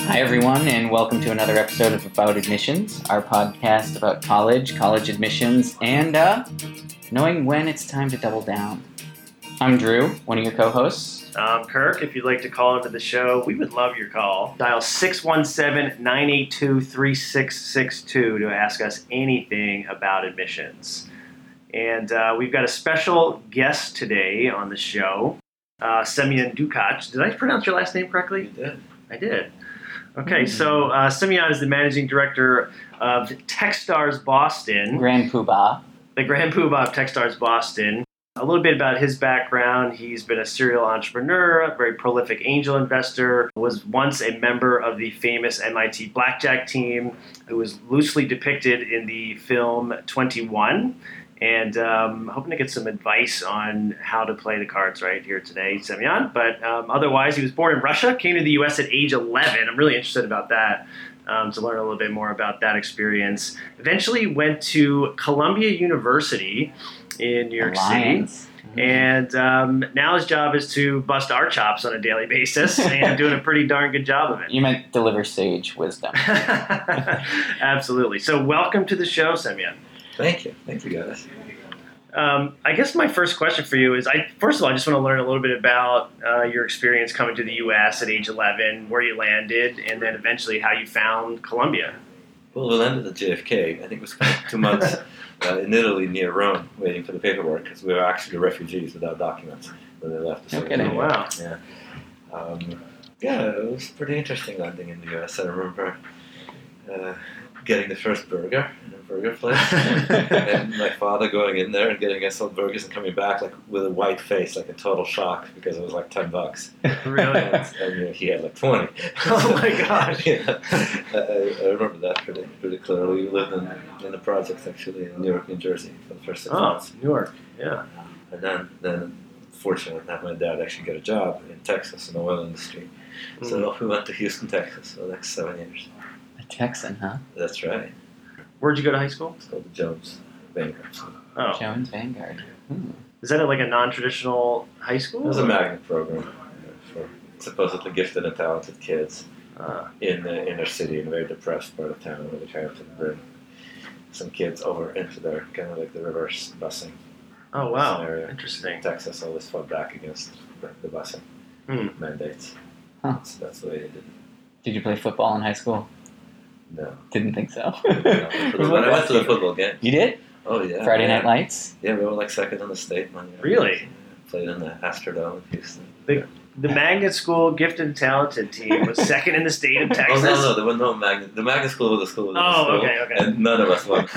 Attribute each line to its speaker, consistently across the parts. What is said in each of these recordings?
Speaker 1: Hi, everyone, and welcome to another episode of About Admissions, our podcast about college, college admissions, and uh, knowing when it's time to double down. I'm Drew, one of your co hosts.
Speaker 2: Um, Kirk, if you'd like to call into the show, we would love your call. Dial 617 982 3662 to ask us anything about admissions. And uh, we've got a special guest today on the show, uh, Semyon Dukac. Did I pronounce your last name correctly? I did. Okay,
Speaker 1: Mhm.
Speaker 2: so uh, Semyon is the managing director of Techstars Boston
Speaker 1: Grand Poobah.
Speaker 2: the grand poobah of Techstars Boston. A little bit about his background. He's been a serial entrepreneur, a very prolific angel investor, was once a member of the famous MIT Blackjack team, who was loosely depicted in the film 21. And um, hoping to get some advice on how to play the cards right here today, Semyon. But um, otherwise, he was born in Russia, came to the US at age 11. I'm really interested about that um, to learn a little bit more about that experience eventually went to Columbia University in New York
Speaker 1: Alliance.
Speaker 2: City. And um, now his job is to bust our chops on a daily basis and doing a pretty darn good job of it.
Speaker 1: You meant deliver sage wisdom.
Speaker 2: Absolutely. So, welcome to the show, Semyon.
Speaker 3: Thank you. Thank you, guys.
Speaker 2: Um, I guess my first question for you is: I first of all, I just want to learn a little bit about uh, your experience coming to the U.S. at age 11, where you landed, and then eventually how you found Columbia.
Speaker 3: Well, we landed at JFK. I think it was kind of two months uh, in Italy near Rome, waiting for the paperwork because we were actually refugees without documents when they left. the
Speaker 1: No
Speaker 3: Soviet
Speaker 1: kidding.
Speaker 3: Union.
Speaker 2: Oh, Wow.
Speaker 3: Yeah. Um, yeah, it was pretty interesting landing in the U.S. I remember uh, getting the first burger in a burger place. and my father going in there and getting us all burgers and coming back like with a white face, like a total shock because it was like ten bucks.
Speaker 2: really?
Speaker 3: and, and, uh, he had like 20.
Speaker 2: Oh my gosh.
Speaker 3: yeah. I, I- I remember that pretty, pretty clearly. We lived in, in the projects actually in Newark, New Jersey for the first six
Speaker 2: Oh,
Speaker 3: months.
Speaker 2: New York. Yeah.
Speaker 3: And then, then fortunate enough, my dad actually got a job in Texas in the oil industry. So
Speaker 2: Mm.
Speaker 3: off we went to Houston, Texas for the next seven years.
Speaker 1: A Texan, huh?
Speaker 3: That's right.
Speaker 2: Where'd you go to high school?
Speaker 3: It's called the Jones Bankruptcy.
Speaker 2: Oh,
Speaker 1: Jones Vanguard. Hmm.
Speaker 2: Is that like a non-traditional high school?
Speaker 3: It was a magnet program for supposedly gifted and talented kids.
Speaker 2: Ah,
Speaker 3: in the inner city in a very depressed part of town where they kind of could bring some kids over into their kind of like the reverse busing
Speaker 2: oh wow,
Speaker 3: scenario.
Speaker 2: interesting.
Speaker 3: Texas always fought back against the, the busing
Speaker 2: Hmm.
Speaker 3: mandates.
Speaker 1: Huh.
Speaker 3: So that's the way they did it.
Speaker 1: Did you play football in high school?
Speaker 3: No.
Speaker 1: Didn't think so.
Speaker 3: no. But when I went to the football game,
Speaker 1: You did?
Speaker 3: oh yeah.
Speaker 1: Friday
Speaker 3: yeah.
Speaker 1: Night Lights?
Speaker 3: Yeah, we were like second in the state. One year.
Speaker 2: Really?
Speaker 3: Played in the Astrodome in Houston.
Speaker 2: The magnet school gifted and talented team was second in the state of Texas.
Speaker 3: Oh, no, no, there were no magnet. The magnet school was a school. within a
Speaker 2: Oh,
Speaker 3: school,
Speaker 2: okay, okay.
Speaker 3: And none of us won.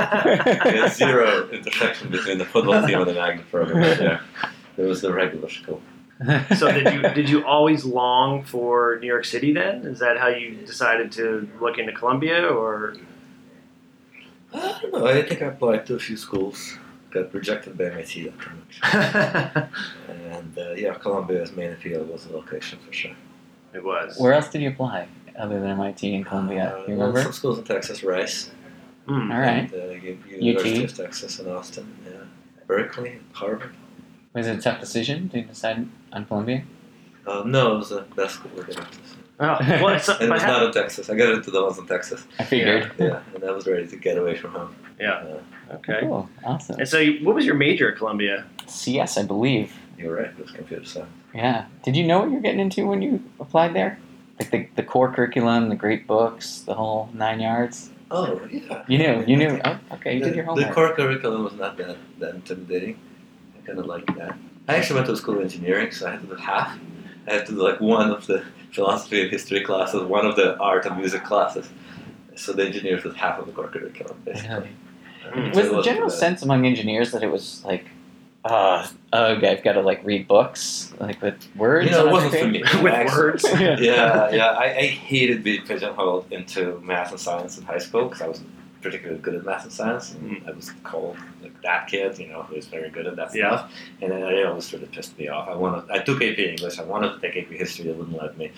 Speaker 1: It
Speaker 3: There's zero intersection between the football team and the magnet program. Yeah. There was the regular school.
Speaker 2: so did you did you always long for New York City? Then is that how you decided to look into Columbia, or
Speaker 3: I don't know. I think I applied to a few schools. Got rejected by MIT that time. actually.
Speaker 2: it
Speaker 3: And uh, yeah, Columbia's main appeal was the location for sure.
Speaker 2: was?
Speaker 1: Where else did you apply other than MIT and Columbia?
Speaker 3: Uh,
Speaker 1: You
Speaker 3: well,
Speaker 1: remember?
Speaker 3: Some schools in Texas, Rice.
Speaker 2: Hmm.
Speaker 1: All right.
Speaker 3: And, uh, U- University of Texas in Austin. Yeah. Berkeley, Harvard.
Speaker 1: Was it a tough decision to decide on Columbia?
Speaker 3: Um, no, it was the best school we got into.
Speaker 2: Oh, well, so,
Speaker 3: And it
Speaker 2: but
Speaker 3: was
Speaker 2: how-
Speaker 3: not in Texas. I got into the ones in Texas.
Speaker 1: I figured.
Speaker 3: Yeah, and I was ready to get away from home.
Speaker 2: yeah.
Speaker 3: Uh,
Speaker 2: Okay.
Speaker 1: Cool. Awesome.
Speaker 2: And so, you, what was your major at Columbia?
Speaker 1: CS, I believe.
Speaker 3: you were right, it was computer science.
Speaker 1: Yeah. Did you know what you were getting into when you applied there? Like the, the core curriculum, the great books, the whole nine yards.
Speaker 3: Oh, yeah.
Speaker 1: You knew. You knew. Oh, okay. You
Speaker 3: the,
Speaker 1: did your
Speaker 3: The
Speaker 1: homework.
Speaker 3: core curriculum was not that, that intimidating. I kind of liked that. I actually went to a school of engineering, so I had to do half. I had to do like one of the philosophy and history classes, one of the art and music classes. So the engineers was half of the core curriculum, basically.
Speaker 2: Mm.
Speaker 3: So it
Speaker 1: Was the
Speaker 3: wasn't
Speaker 1: general
Speaker 3: bad.
Speaker 1: sense among engineers that it was like, uh, ugh, I've got to like read books like with words?
Speaker 3: You know,
Speaker 1: on
Speaker 3: it wasn't for
Speaker 1: everything?
Speaker 3: me.
Speaker 2: With words.
Speaker 1: yeah.
Speaker 3: yeah, yeah. I, I hated being pigeonholed into math and science in high school because I wasn't particularly good at math and science. And I was called like that kid, you know, who was very good at that
Speaker 2: Yeah.
Speaker 3: stuff. And then it always sort of pissed me off. I wanted, I took AP English. I wanted to take AP History. They wouldn't let me.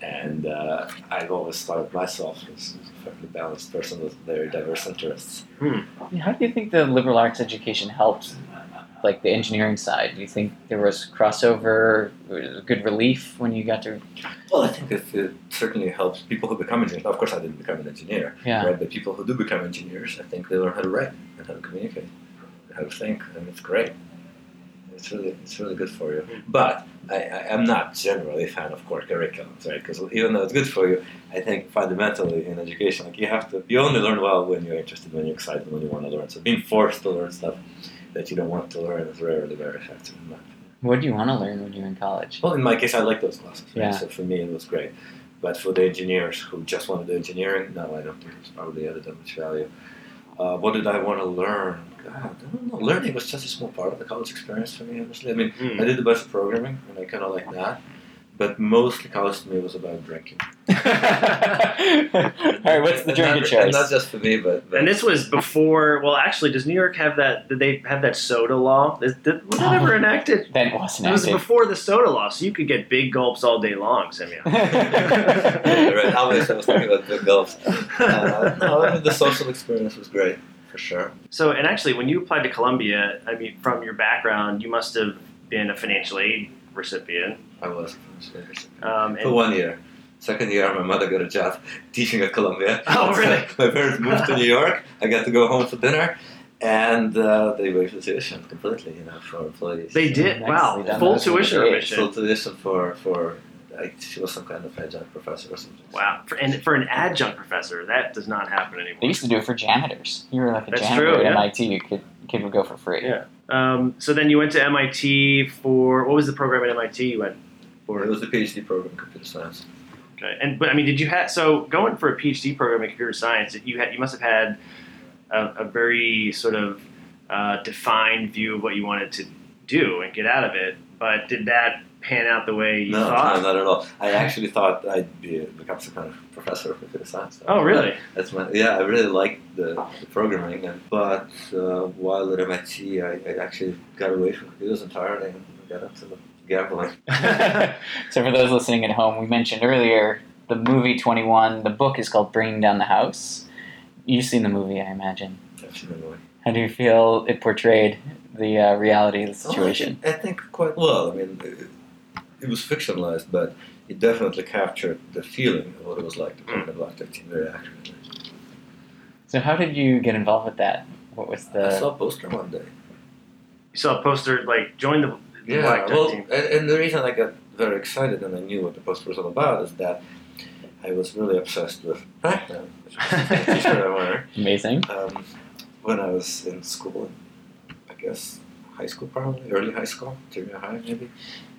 Speaker 3: And uh, I've always thought of myself as a fairly balanced person with very diverse interests.
Speaker 1: How do you think the liberal arts education helped, like the engineering side? Do you think there was crossover, was good uh, relief when you got to?
Speaker 3: Well, I think if you certainly helps people who become engineers. Now, of course, I didn't become an engineer,
Speaker 1: Yeah.
Speaker 3: right? But people who do become engineers, I think they learn how to write and how to communicate, and how to think, and it's great. It's really, it's really good for you. But I, I am not generally a fan of core curriculums, right? Because even though it's good for you, I think fundamentally in education, like you have to, you only learn well when you're interested, when you're excited, when you want to learn. So being forced to learn stuff that you don't want to learn is rarely very effective. In my
Speaker 1: What do you want to learn when you're in college?
Speaker 3: well, in my case, I like those classes. right?
Speaker 1: Yeah.
Speaker 3: So for me, it was great. But for the engineers who just want to do engineering, no, I don't think it's probably added that much value. Uh, what did I want to learn? God, I don't know. Learning was just a small part of the college experience for me, honestly. I mean, I
Speaker 1: Hmm.
Speaker 2: Mm.
Speaker 3: did a bunch of programming, and I kind of like that. But mostly college to me was about drinking.
Speaker 1: All right, what's the
Speaker 3: And not-
Speaker 1: drinking
Speaker 3: And
Speaker 1: choice?
Speaker 3: not just for me, but, but
Speaker 2: And this was before. Well, actually, does New York have that? Did they have that soda law? Is, did, was that
Speaker 1: Uh-huh.
Speaker 2: ever enacted?
Speaker 1: That wasn't
Speaker 2: It was
Speaker 1: active.
Speaker 2: before the soda law, so you could get big gulps all day long, Simeon.
Speaker 3: right, obviously I was talking about the golf. Uh, no, I mean, the social experience was great for sure.
Speaker 2: So, and actually, when you applied to Columbia, I mean, from your background, you must have been a financial aid recipient.
Speaker 3: I was. honestly.
Speaker 2: Um,
Speaker 3: For
Speaker 2: and
Speaker 3: one year. Second year, my mother got a job teaching at Columbia.
Speaker 2: Oh,
Speaker 3: So
Speaker 2: really?
Speaker 3: my parents moved to New York. I got to go home for dinner, and uh, they waived the tuition completely, you know, for employees.
Speaker 2: they
Speaker 3: So-
Speaker 2: did.
Speaker 1: Nicely
Speaker 2: Wow,
Speaker 1: done.
Speaker 2: full
Speaker 1: That's
Speaker 2: tuition
Speaker 1: great.
Speaker 2: remission.
Speaker 3: Full tuition for for like, she was some kind of adjunct professor or something.
Speaker 2: Wow, for, and for an adjunct professor, that does not happen
Speaker 1: They
Speaker 2: anymore.
Speaker 1: used to do it for janitors. You were like a
Speaker 2: That's
Speaker 1: janitor
Speaker 2: true,
Speaker 1: at
Speaker 2: yeah.
Speaker 1: MIT. You could kid would go for free.
Speaker 2: Yeah. Um, so then you went to MIT for what was the program at MIT you went for?
Speaker 3: It was the PhD program in computer science.
Speaker 2: Okay. And but I mean, did you have so going for a PhD program in computer science? You had you must have had a, a very sort of uh, defined view of what you wanted to do and get out of it. But did that pan out the way you
Speaker 3: no,
Speaker 2: thought?
Speaker 3: no, not at all. I actually thought I'd be become some kind of professor of computer science.
Speaker 2: Oh, really?
Speaker 3: That's my yeah. I really liked the, the programming, and, but uh, while at MIT, I, I actually got away from computers entirely and got up to the gambling.
Speaker 1: So for those listening at home, we mentioned earlier the movie Twenty One. The book is called Bringing Down the House. You've seen the movie, I imagine.
Speaker 3: Absolutely.
Speaker 1: How do you feel it portrayed the uh, reality of the situation?
Speaker 3: I think quite well. I mean, it, it was fictionalized, but it definitely captured the feeling of what it was like to play in the Black Tech team very accurately.
Speaker 1: So how did you get involved with that? What was
Speaker 3: I
Speaker 1: the?
Speaker 3: saw a poster one day.
Speaker 2: You saw a poster like join the, the
Speaker 3: Yeah,
Speaker 2: Black Duck
Speaker 3: well,
Speaker 2: team.
Speaker 3: and, and the reason I got very excited and I knew what the poster was all about is that I was really obsessed with Pac-Man, which was the t-shirt I wear.
Speaker 1: Amazing.
Speaker 3: Um, when I was in school, I guess high school probably, early high school, junior high maybe,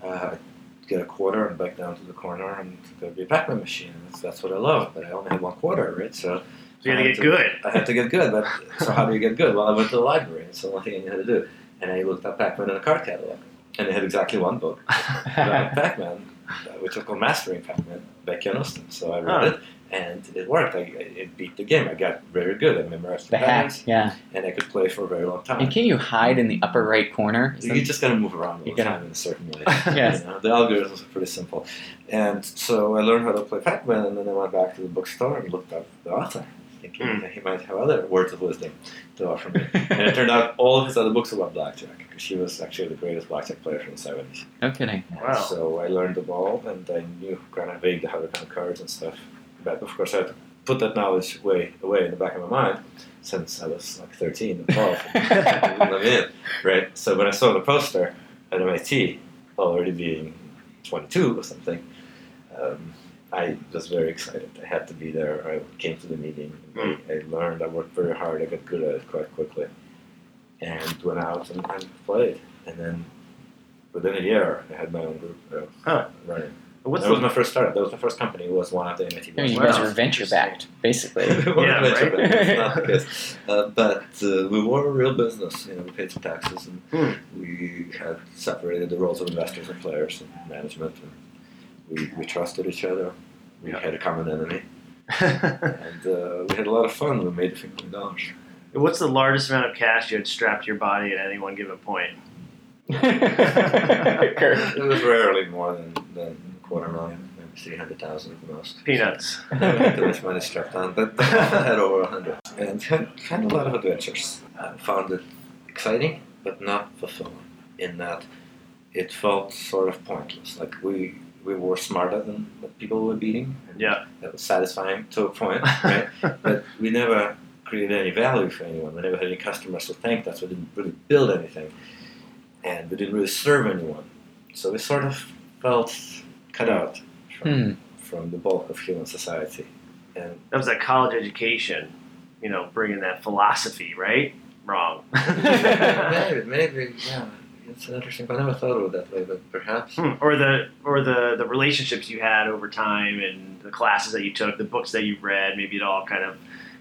Speaker 3: uh, I'd get a quarter and back down to the corner and there'd be a Pac-Man machine. That's, that's what I loved, but I only had one quarter, right? So
Speaker 2: So you had to get
Speaker 3: to-
Speaker 2: good.
Speaker 3: I had to get good, but so how do you get good? Well, I went to the library, and so one thing I knew how to do, and I looked up Pac-Man in a card catalog, and they had exactly one book about Pac-Man, uh, which was called Mastering Pac-Man by Ken Austin. So I read it, and it worked. I, I- it beat the game. I got very good. I memorized
Speaker 1: the
Speaker 3: the
Speaker 1: hack.
Speaker 3: patterns,
Speaker 1: Yeah.
Speaker 3: and I could play for a very long
Speaker 1: And
Speaker 3: time.
Speaker 1: can you hide in the upper right corner? Is
Speaker 3: You
Speaker 1: that-
Speaker 3: just gotta move around all
Speaker 1: You
Speaker 3: the
Speaker 1: gotta-
Speaker 3: time in a certain way.
Speaker 1: Yes.
Speaker 3: You know, the algorithms are pretty simple. And so I learned how to play Pac-Man, and then I went back to the bookstore and looked up the author, thinking
Speaker 2: Mm.
Speaker 3: that he might have other words of wisdom to offer me. and it turned out all of his other books were about blackjack, because she was actually the greatest blackjack player from the 70s.
Speaker 1: no kidding.
Speaker 2: Wow.
Speaker 3: So I learned them all, and I knew kind of vaguely how to count cards and stuff. But of course, I had to put that knowledge way away in the back of my mind since I was like 13 and 12. and let me in, right? So when I saw the poster at MIT, already being 22 or something, um, I was very excited. I had to be there. I came to the meeting.
Speaker 2: Mm.
Speaker 3: I, I learned. I worked very hard. I got good at it quite quickly, and went out and, and played. And then within a year, I had my own group. I was
Speaker 2: Huh.
Speaker 3: running.
Speaker 2: What's
Speaker 3: that was
Speaker 2: the
Speaker 3: my first startup. That was the first company. It was one of the MIT.
Speaker 1: I mean, you
Speaker 2: Wow.
Speaker 1: guys were venture backed, basically.
Speaker 3: We weren't
Speaker 2: Yeah,
Speaker 3: venture
Speaker 2: right?
Speaker 3: backed, it's not the case. Uh, but uh, we were a real business. You know, we paid some taxes, and
Speaker 2: Hmm.
Speaker 3: we had separated the roles of investors and players and management. And we, we trusted each other. We
Speaker 2: Yeah.
Speaker 3: had a common enemy, and uh, we had a lot of fun. We made a few million dollars.
Speaker 2: what's the largest amount of cash you had strapped to your body at any one given point?
Speaker 1: Hmm, Kirk.
Speaker 3: It was rarely more than, than a quarter million, maybe three hundred thousand at the most.
Speaker 2: Peanuts.
Speaker 3: Too much money strapped on, but I had over 100. And had, had a lot of adventures. I found it exciting, but not fulfilling, in that it felt sort of pointless. Like we we were smarter than what people were beating. and
Speaker 2: Yeah.
Speaker 3: That was satisfying to a point, right? but we never created any value for anyone. We never had any customers to thank us. We didn't really build anything. And we didn't really serve anyone. So we sort of felt cut out from,
Speaker 1: Hmm.
Speaker 3: from the bulk of human society. And
Speaker 2: That was that college education, you know, bringing that philosophy, right? Wrong.
Speaker 3: maybe, maybe, yeah, it's interesting. But I never thought of it that way, but perhaps.
Speaker 2: Hmm, or the or the the relationships you had over time and the classes that you took, the books that you read, maybe it all kind of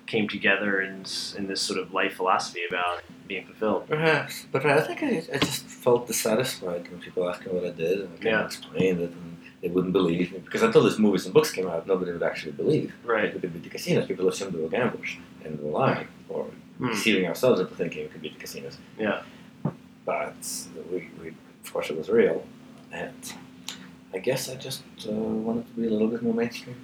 Speaker 2: came together in s- in this sort of life philosophy about being fulfilled.
Speaker 3: Perhaps, but I think I, I just felt dissatisfied when people asked me what I did, and I kind
Speaker 2: Yeah.
Speaker 3: of explained it, and they wouldn't believe me because until these movies and books came out, nobody would actually believe. It
Speaker 2: Right.
Speaker 3: could be the casinos. People assumed they were gamblers and were lying or
Speaker 2: Hmm.
Speaker 3: deceiving ourselves into thinking it could be the casinos.
Speaker 2: Yeah.
Speaker 3: But we, we of course, it was real, and I guess I just uh, wanted to be a little bit more mainstream.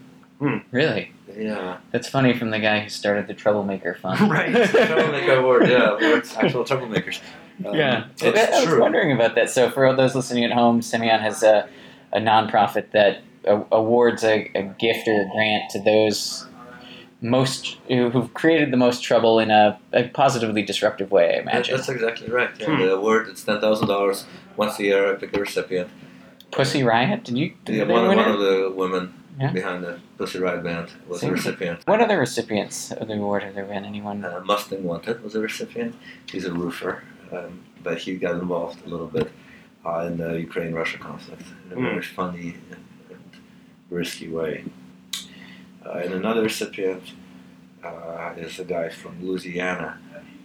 Speaker 1: Really?
Speaker 3: Yeah.
Speaker 1: That's funny from the guy who started the Troublemaker Fund.
Speaker 2: Right.
Speaker 3: troublemaker award, yeah, awards, actual troublemakers. Um,
Speaker 1: yeah.
Speaker 3: it's
Speaker 1: Okay, I was
Speaker 3: true.
Speaker 1: wondering about that. So, for all those listening at home, Simeon has a, a nonprofit that a, awards a, a gift or a grant to those most who, who've created the most trouble in a, a positively disruptive way, I
Speaker 3: That-
Speaker 1: imagine.
Speaker 3: that's exactly right. Yeah,
Speaker 2: Hmm.
Speaker 3: The award it's ten thousand dollars once a year. I pick the recipient.
Speaker 1: Pussy Riot? Did you? Did
Speaker 3: Yeah,
Speaker 1: they
Speaker 3: one,
Speaker 1: win
Speaker 3: one
Speaker 1: it?
Speaker 3: of the women
Speaker 1: Yeah.
Speaker 3: behind the Pussy Riot band was
Speaker 1: Same.
Speaker 3: the recipient.
Speaker 1: What other recipients of the award have there been? Anyone?
Speaker 3: Uh, Mustang Wanted was a recipient. He's a roofer, um, but he got involved a little bit uh, in the Ukraine-Russia conflict in a
Speaker 2: Hmm.
Speaker 3: very funny and, and risky way. Uh, and another recipient uh, is a guy from Louisiana,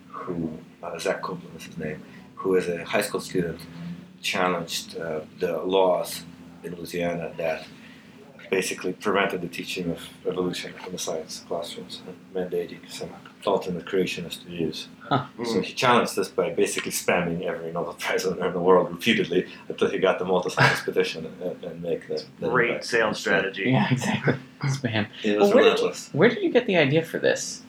Speaker 3: who uh, Zach Copeland is his name, who as a high school student challenged uh, the laws in Louisiana that basically prevented the teaching of revolution from the science classrooms and mandating some alternate creationist views. So
Speaker 2: Mm.
Speaker 3: he challenged this by basically spamming every Nobel Prize winner in the world repeatedly until he got them all to sign this petition and, and make the, the
Speaker 2: Great
Speaker 3: impact.
Speaker 2: sales strategy.
Speaker 1: Yeah, exactly. Spam. Well,
Speaker 3: It was
Speaker 1: where did you-
Speaker 3: relentless.
Speaker 1: Where did you get the idea for this?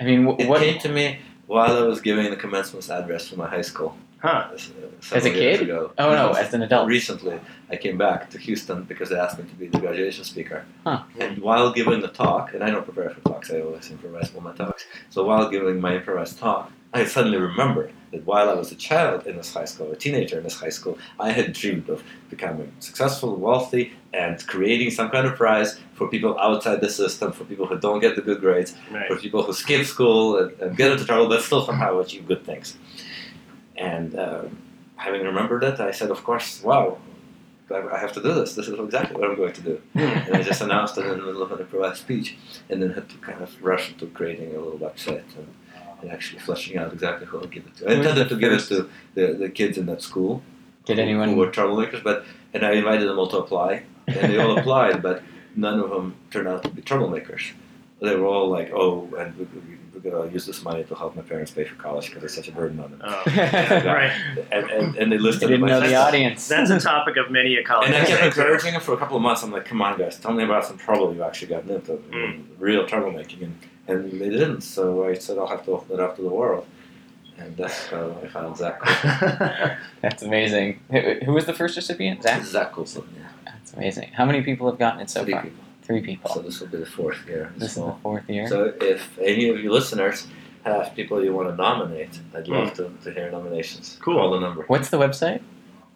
Speaker 1: I mean, wh-
Speaker 3: It
Speaker 1: what?
Speaker 3: came to me while I was giving the commencement address for my high school.
Speaker 2: Huh.
Speaker 3: uh,
Speaker 1: As a
Speaker 3: several years
Speaker 1: kid?
Speaker 3: ago. Mm-hmm.
Speaker 1: Oh no, as an adult.
Speaker 3: Recently, I came back to Houston because they asked me to be the graduation speaker.
Speaker 1: Huh.
Speaker 3: And while giving the talk, and I don't prepare for talks, I always improvise all my talks. So while giving my improvised talk, I suddenly remembered that while I was a child in this high school, a teenager in this high school, I had dreamed of becoming successful, wealthy, and creating some kind of prize for people outside the system, for people who don't get the good grades
Speaker 2: Right.
Speaker 3: for people who skip school and, and get into trouble, but still somehow achieve good things. And um, having remembered it, I said, of course, wow, I I have to do this. This is exactly what I'm going to do. And I just announced it in the middle of an improvised speech, and then had to kind of rush into creating a little website and, and actually fleshing out exactly who I'll give it to. I
Speaker 1: Who was
Speaker 3: intended
Speaker 1: the
Speaker 3: to give it
Speaker 1: first?
Speaker 3: to the, the kids in that school
Speaker 1: Did
Speaker 3: who-
Speaker 1: anyone?
Speaker 3: who were troublemakers, but and I invited them all to apply, and they all applied, but none of them turned out to be troublemakers. They were all like, "Oh, and we, we, we're gonna use this money to help my parents pay for college because it's such a burden on them."
Speaker 2: Oh.
Speaker 1: right.
Speaker 2: Right.
Speaker 3: And, and, and they listed a
Speaker 1: didn't
Speaker 3: bunch
Speaker 1: know
Speaker 3: of
Speaker 1: the
Speaker 3: stuff.
Speaker 1: audience.
Speaker 2: That's a topic of many a college.
Speaker 3: And I kept
Speaker 2: right?
Speaker 3: encouraging them for a couple of months. I'm like, "Come on, guys, tell me about some trouble you actually got into,
Speaker 2: Mm.
Speaker 3: real troublemaking," and, and they didn't. So I said, "I'll have to open it up to the world," and that's how I found Zach.
Speaker 1: That's amazing. Who who was the first recipient? Zach.
Speaker 3: Zach Coulson, yeah,
Speaker 1: That's amazing. How many people have gotten it so
Speaker 3: three
Speaker 1: far?
Speaker 3: people.
Speaker 1: Three
Speaker 3: So
Speaker 1: people.
Speaker 3: this will be the fourth year.
Speaker 1: This is
Speaker 3: So-
Speaker 1: the fourth year.
Speaker 3: So if any of your listeners have people you want to nominate, I'd love to, to hear nominations.
Speaker 2: Cool.
Speaker 3: Call the number.
Speaker 1: What's the website?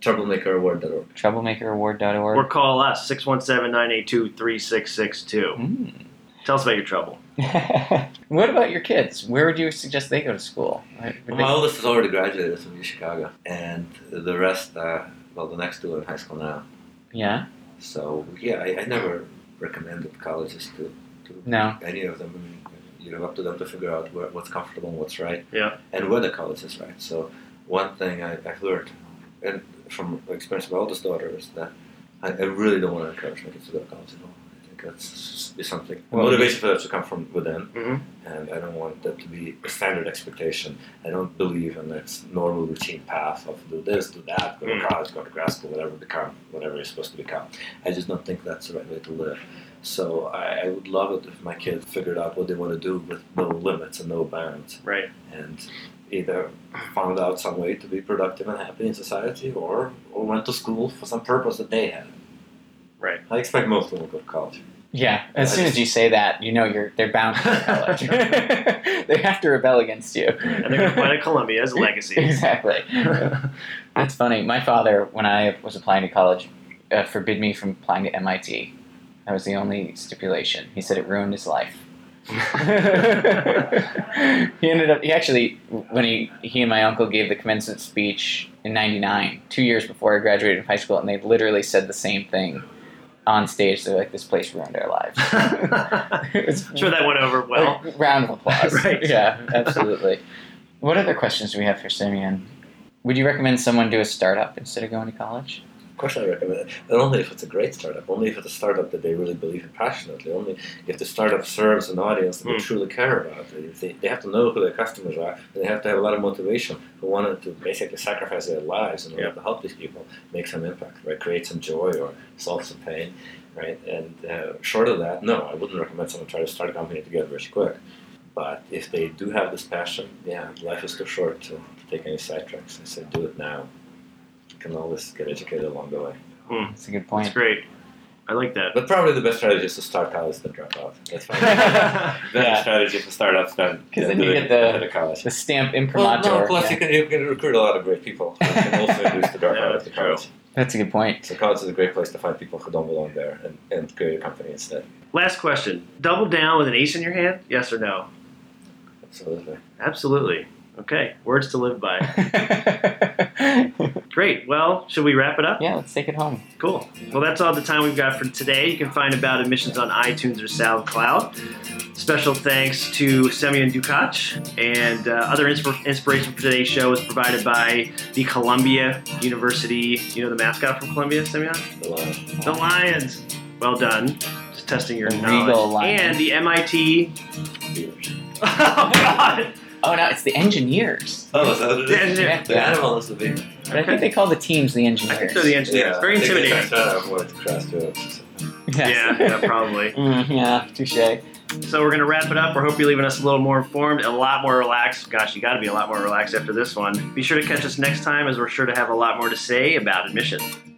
Speaker 3: Troublemakeraaward.org.
Speaker 2: or
Speaker 1: Troublemakeraward.org.
Speaker 2: call us 617-982-3662.
Speaker 1: Mm.
Speaker 2: Tell us about your trouble.
Speaker 1: what about your kids? Where would you suggest they go to school? Right, would they-
Speaker 3: My oldest has already graduated from U Chicago, and the rest, uh, well, the next two are in high school now.
Speaker 1: yeah.
Speaker 3: So yeah, I, I never recommended colleges to, to
Speaker 1: No.
Speaker 3: any of them. I mean, you know, up to them to figure out where, what's comfortable and what's right.
Speaker 2: Yeah.
Speaker 3: And where the college is right. So one thing I, I've learned, and from the experience of my oldest daughter, is that I, I really don't want to encourage my kids to go to college at all. I think that's be something.
Speaker 1: Well,
Speaker 3: motivation for that should come from within,
Speaker 2: Mhm.
Speaker 3: and I don't want that to be a standard expectation. I don't believe in this normal routine path of do this, do that, go to
Speaker 2: Mm.
Speaker 3: college, go to grad school, whatever become, whatever you're supposed to become. I just don't think that's the right way to live. So I, I would love it if my kids figured out what they want to do with no limits and no bounds,
Speaker 2: Right.
Speaker 3: and either found out some way to be productive and happy in society, or or went to school for some purpose that they had.
Speaker 2: Right.
Speaker 3: I expect most of them will go to college.
Speaker 1: Yeah, as
Speaker 3: I
Speaker 1: soon
Speaker 3: just-
Speaker 1: as you say that, you know you're they're bound to go to college. they have to rebel against you.
Speaker 2: And they're going to Columbia as a legacy.
Speaker 1: Exactly. That's funny. My father, when I was applying to college, uh, forbid me from applying to MIT. That was the only stipulation. He said it ruined his life. he ended up. He actually, when he he and my uncle gave the commencement speech in '99, two years before I graduated high school, and they literally said the same thing on stage. They're like, "This place ruined our lives." it was
Speaker 2: sure that went over well.
Speaker 1: like, round of applause.
Speaker 2: Right.
Speaker 1: Yeah, absolutely. what other questions do we have for Simeon? Would you recommend someone do a startup instead of going to college?
Speaker 3: Of course, I recommend it. But only if it's a great startup. Only if it's a startup that they really believe in passionately. Only if the startup serves an audience that they
Speaker 2: Mm.
Speaker 3: truly care about. If they, they have to know who their customers are, and they have to have a lot of motivation for wanting to basically sacrifice their lives in order
Speaker 2: Yeah.
Speaker 3: to help these people make some impact, right? Create some joy or solve some pain, right? And uh, short of that, no, I wouldn't recommend someone try to start a company to get rich quick. But if they do have this passion, yeah, life is too short to take any sidetracks. I say do it now. You can always get educated along the way.
Speaker 1: That's a good
Speaker 2: That's
Speaker 1: point.
Speaker 2: great. I like that.
Speaker 3: But probably the best strategy is to start college then drop out. That's probably the
Speaker 2: yeah,
Speaker 3: best
Speaker 1: Yeah.
Speaker 3: strategy for startups then.
Speaker 1: 'Cause then
Speaker 3: than
Speaker 1: you get
Speaker 3: doing
Speaker 1: the-
Speaker 3: it at college.
Speaker 1: The stamp
Speaker 3: Well,
Speaker 1: imprimatur.
Speaker 3: no, plus
Speaker 1: yeah.
Speaker 3: you, can, you can recruit a lot of great people. You can also reduce the dropout
Speaker 2: Yeah,
Speaker 3: at the
Speaker 2: true.
Speaker 3: college.
Speaker 1: That's a good point.
Speaker 3: So college is a great place to find people who don't belong there and, and create a company instead.
Speaker 2: Last question. Double down with an ace in your hand? Yes or no?
Speaker 3: Absolutely.
Speaker 2: Absolutely. Okay. Words to live by.
Speaker 1: yeah,
Speaker 2: Great. Well, should we wrap it up?
Speaker 1: let's take it home.
Speaker 2: Cool. Well, that's all the time we've got for today. You can find About Admissions on iTunes or SoundCloud. Special thanks to Semyon Dukach. And uh, other insp- inspiration for today's show is provided by the Columbia University. You know the mascot from Columbia, Semyon?
Speaker 3: The line.
Speaker 2: The Lions. Well done. Just testing your
Speaker 1: The
Speaker 2: knowledge.
Speaker 1: Regal Lions.
Speaker 2: And the MIT. Oh, God.
Speaker 1: Oh no, it's the engineers.
Speaker 3: Oh, is that what it
Speaker 2: The
Speaker 3: is?
Speaker 2: engineer.
Speaker 1: Yeah,
Speaker 3: The animal is the bee.
Speaker 1: But I think they call the teams the
Speaker 2: I
Speaker 1: engineers.
Speaker 2: think they're the engineers.
Speaker 3: Yeah,
Speaker 2: Very
Speaker 3: I think they
Speaker 2: intimidating.
Speaker 3: try to avoid cross jokes.
Speaker 1: Yes.
Speaker 2: Yeah, yeah, probably.
Speaker 1: Mm, yeah, touche.
Speaker 2: So we're gonna wrap it up. We hope you're leaving us a little more informed, a lot more relaxed. Gosh, you got to be a lot more relaxed after this one. Be sure to catch us next time, as we're sure to have a lot more to say about admission.